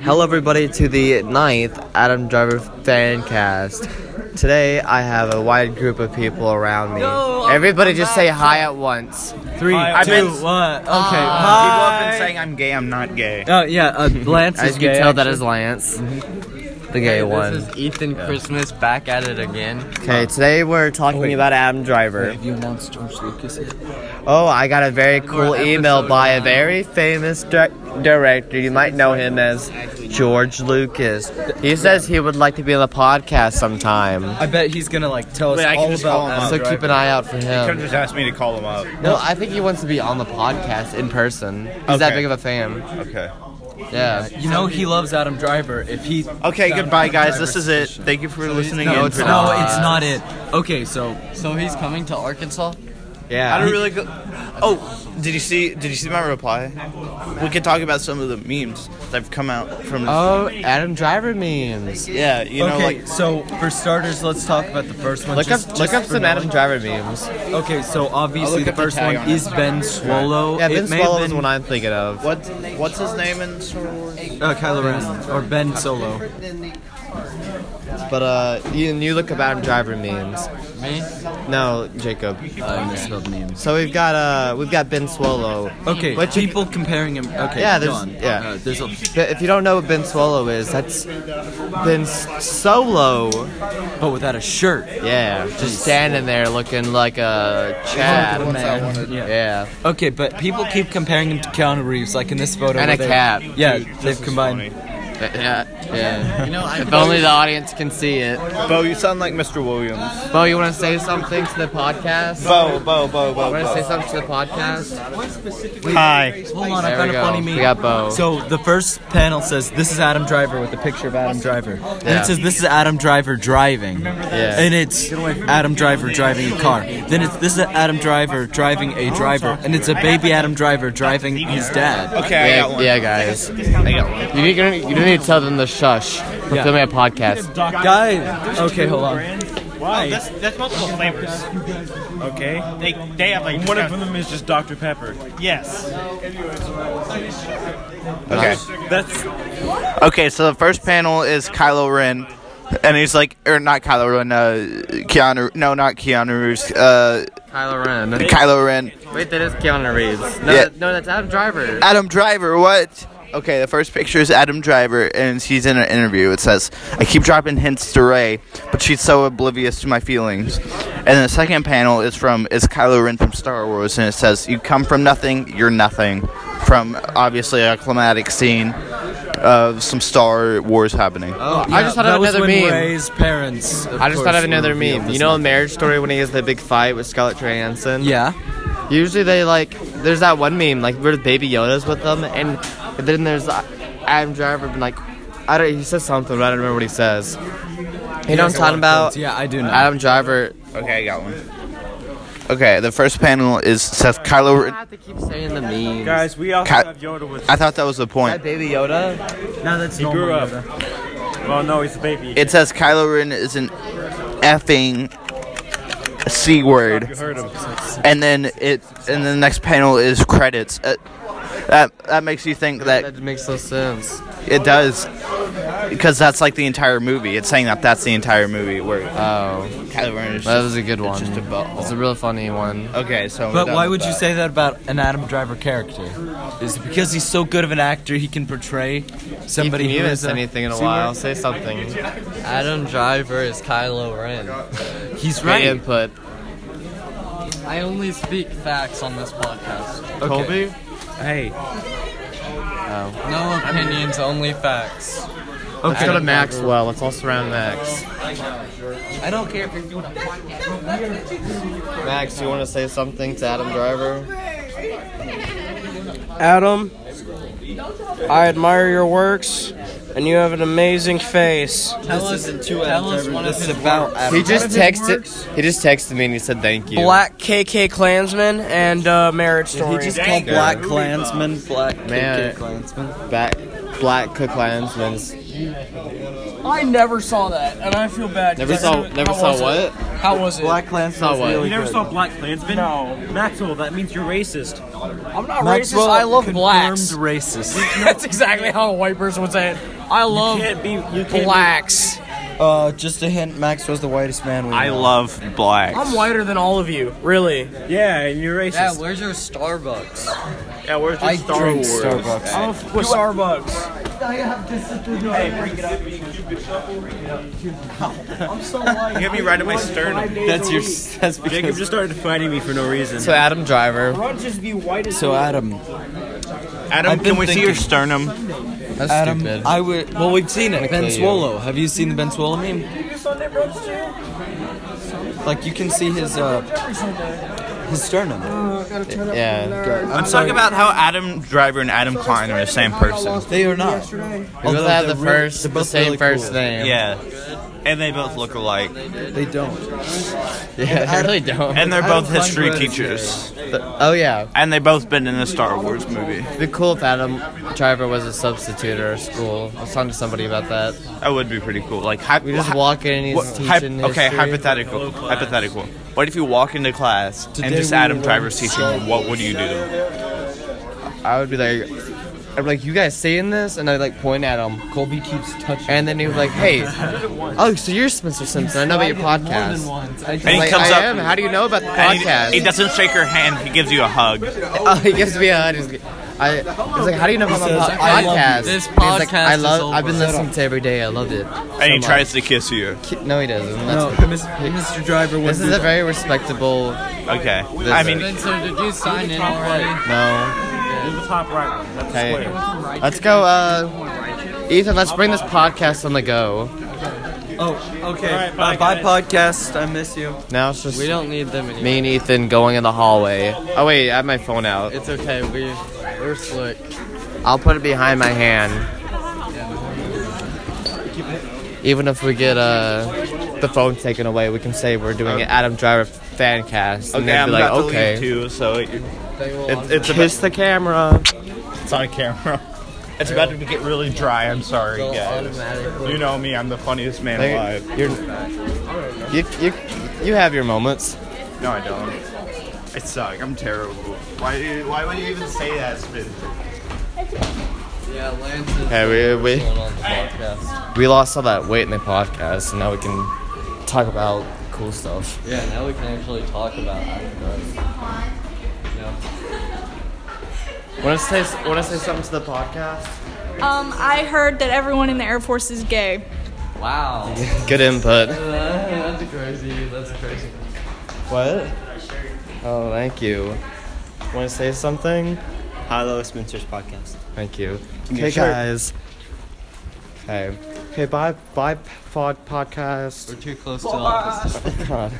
Hello, everybody, to the ninth Adam Driver Fancast. Today, I have a wide group of people around me. everybody, just say hi at once. Three, Hi, two, Lance. one. Okay. People hi. have been saying I'm gay. I'm not gay. Oh yeah, uh, Lance As is you gay, can tell, that actually. is Lance, the gay one. This is Ethan Christmas back at it again. Okay, today we're talking about Adam Driver. you announced George Lucas yet? Oh, I got a very cool episode email by a nine. very famous dir- director. You might know him as George Lucas. He says he would like to be on the podcast sometime. I bet he's gonna like tell us Wait, I can all just about call him Adam up. So Driver. keep an eye out for Could him. just asked me to call him up. No, I think he wants to be on the podcast in person. He's that Okay. big of a fan. Okay. Yeah. You know he loves Adam Driver. If he Okay. Adam Goodbye, guys. Driver's This is it. position. Thank you for listening. No, in it's for no, now. it's not it. Okay, so So he's coming to Arkansas? Yeah. I don't really go. Oh, did you see? Did you see my reply? We could talk about some of the memes that've come out from. Oh, Adam Driver memes. yeah, you know, okay, like so for starters, let's talk about the first one. Look just- up, look just up for some knowledge. Adam Driver memes. Okay, so obviously look the up the first tag one on is it. Ben Swallow. Yeah, It Vince may have Swallow is been, what I'm thinking of. what? What's his name in Star Wars? uh, Kylo Ren or Ben Solo. But uh, you, you look up Adam Driver memes. Me? Uh, No, Jacob. I misspelled names. So we've got uh, we've got Ben Swallow. Okay, But you- people comparing him. Okay, Yeah, there's- go on. yeah. Uh, there's a But if you don't know what Ben Swallow is, that's Ben S- Solo. but without a shirt. Yeah, just standing there looking like a One Chad. man. Yeah. Yeah. Okay, but people keep comparing him to Keanu Reeves, like in this photo. And where a they- cap. Yeah, This they've is combined. funny. Yeah, yeah. You know, I If only the audience can see it. Bo, you sound like Mr. Williams. Bo, you want to say something to the podcast? Bo, Bo, Bo, Bo. Want to say Bo. something to the podcast? Hi. Hold on, I There found we a go. funny meme. We got Bo. So the first panel says this is Adam Driver with a picture of Adam Driver, and Yeah. it says this is Adam Driver driving, and it's Adam Driver driving a car. Then it's this is Adam Driver driving a driver, and it's a baby Adam Driver driving his dad. Okay, I got Yeah, one. yeah, guys. I got one. You need, you need- you need to tell them to shush. We're Yeah. filming a podcast. Guys, okay, hold on. Oh, that's, that's multiple flavors. Okay. They they have like One of them is just Dr. Pepper. yes. Okay. That's Okay, so the first panel is Kylo Ren, and he's like, or not Kylo Ren, uh, Keanu, no, not Keanu Reeves, uh, Kylo Ren. Kylo Ren, Wait, that is Keanu Reeves. No, Yeah. that- no that's Adam Driver. Adam Driver, what? Okay, the first picture is Adam Driver, and he's in an interview. It says, I keep dropping hints to Ray, but she's so oblivious to my feelings. And the second panel is from, is Kylo Ren from Star Wars, and it says, You come from nothing, you're nothing. From, obviously, a climatic scene of some Star Wars happening. Oh, I just thought that of another was when meme. Rey's parents. I just thought of another meme. You know, what in Marriage Story, when he has the big fight with Scarlett Johansson. Yeah. Usually they like there's that one meme like where Baby Yoda's with them, and then there's uh, Adam Driver being like, I don't. He says something, but I don't remember what he says. You know what I'm talking about? Yeah, I do know. Adam Driver. Okay, I got one. Okay, the first panel is Seth Kylo Ren. have to keep saying the meme. guys. We also Cat- have Yoda with. I thought that was the point. Baby Yoda. No, that's he grew up. Well, no, he's a baby. It says Kylo Ren is an effing c you word, heard him. and then it, and the next panel is credits. Uh, that that makes you think that That makes no sense. it does, because that's like the entire movie. It's saying that that's the entire movie. Where uh, Oh, Kylo Ren is that just, was a good one. it's just a It's a butthole. real funny one. Okay, so we're But done why with would you that. say that about an Adam Driver character? Is it because he's so good of an actor he can portray somebody you who haven't is said a- anything in a C-word? while. Say something. Adam Driver is Kylo Ren. He's Great right. input. I only speak facts on this podcast. Okay. Colby? Hey, No opinions, only facts. Let's go to Maxwell. Let's all surround Max. I don't care if you're doing a podcast. Max, you want to say something to Adam Driver? Adam, I admire your works, and you have an amazing face. Tell us, tell us one of his about works. Adam. He just texted. He just texted me and he said thank you. Black KK Klansman and uh, Marriage Story. He just called Dang, Black dude. Klansman Black Man. KK Klansman. Back, black Ku Klansman's. I never saw that, and I feel bad. Never saw. Never saw what? How was it? Black Klansman. Saw is what? really you never good. saw Black Klansman? No. Maxwell, that means you're racist. I'm not Maxwell racist. I love confirmed blacks. Racist. That's exactly how a white person would say it. I love can't be- you can't be- blacks. Uh, just a hint. Max was the whitest man we. I know. love black. I'm whiter than all of you, really. Yeah, and you're racist. Yeah, where's your Starbucks? Yeah, where's your Star drink Wars? Starbucks. I'm f- with Starbucks. You hit me right in my sternum. That's your. That's Jacob just started fighting me for no reason. So Adam Driver. So Adam, Adam, I've can been we see thinking- your sternum? That's Adam, stupid. I would. Well, we've seen it. Ben kill you. Swallow. Have you seen the Ben Swallow meme? Like you can see his uh, his sternum. yeah. I'm talking about how Adam Driver and Adam Klein are the same person. They are not. We both Although have they're the really- first, they're the both same really first cool. name. Yeah. And they both look alike. They don't. yeah I really don't. And they're I don't both find history words teachers. oh yeah. And they've both been in the Star Wars movie. It'd be cool if Adam Driver was a substitute at our school. I was talking to somebody about that. That would be pretty cool. Like, hy- We just hy- walk in and he's what- teaching hy- history. Okay, hypothetical. Hypothetical. What if you walk into class and Today just we Adam learned Driver's teaching Star you? What would you do? I would be like, I'm like, you guys seeing this? And I like point at him. Colby keeps touching. And then he was like, hey, oh, so you're Spencer Simpson. I know about your podcast. And he Like, comes I up- am. How do you know about the And podcast? he, he doesn't shake your hand. He gives you a hug. Oh, he gives me a hug. He's like- I, I was like, how do you know about my He po- says, "I love you." podcast? This And he's like, podcast I is love. I've over. been listening to it every day. I love it. And he tries to kiss you. No, he doesn't. That's No, Mis- Mr. Driver was. this is a very respectable. Okay. I mean, Spencer, did you sign in already? No. Do the top right one. That's Hey. the square. Let's go, uh, Ethan. Let's bring this podcast on the go. Oh, okay. Alright, bye, bye, bye, podcast. I miss you. Now it's just We don't need them anymore. me and Ethan going in the hallway. Oh wait, I have my phone out. It's okay. We we're slick. I'll put it behind my hand. Even if we get uh, the phone taken away, we can say we're doing an Adam Driver fan cast. And okay, they'll I'm be like, about okay. to leave too, so it, They will. it, it's about, Kiss the camera. it's on camera. It's about to get really dry. I'm sorry, guys. automatically. You know me. I'm the funniest man Like, alive. You're, you, you, you have your moments. No, I don't. I suck. I'm terrible. Why? Why would you even say that, Spin? Yeah, Lance is Hey, we, we, going on the podcast. we lost all that weight in the podcast, and now we can talk about cool stuff. Yeah, now we can actually talk about it. Want to say, want to say something to the podcast? Um, I heard that everyone in the Air Force is gay. Wow. Good input. That's crazy. That's crazy. What? Oh, thank you. Want to say something? Hello, Spencer's podcast. Thank you. Okay, guys. Hey. Okay, bye, bye, pod podcast. We're too close to all this. God.